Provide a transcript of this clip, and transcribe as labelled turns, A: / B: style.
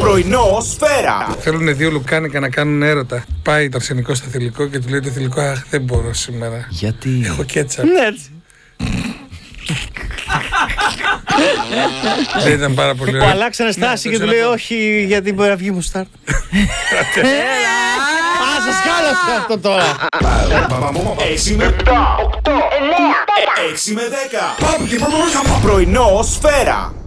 A: Πρωινό σφαίρα.
B: Θέλουν δύο λουκάνικα να κάνουν έρωτα. Πάει το αρσενικό στο θηλυκό και του λέει το θηλυκό Αχ, δεν μπορώ σήμερα.
C: Γιατί.
B: Έχω κέτσα.
D: Ναι, έτσι.
B: δεν ήταν πάρα πολύ
D: Που
B: ωραίο.
D: αλλάξανε στάση
B: το
D: και του
B: ξέρω
D: λέει
B: αυτό.
D: Όχι, γιατί μπορεί να βγει μου στάρ. Α, σας χάλασε αυτό τώρα.
A: Έξι με 8, 8, 9, 6 με 10. Πρωινό σφαίρα.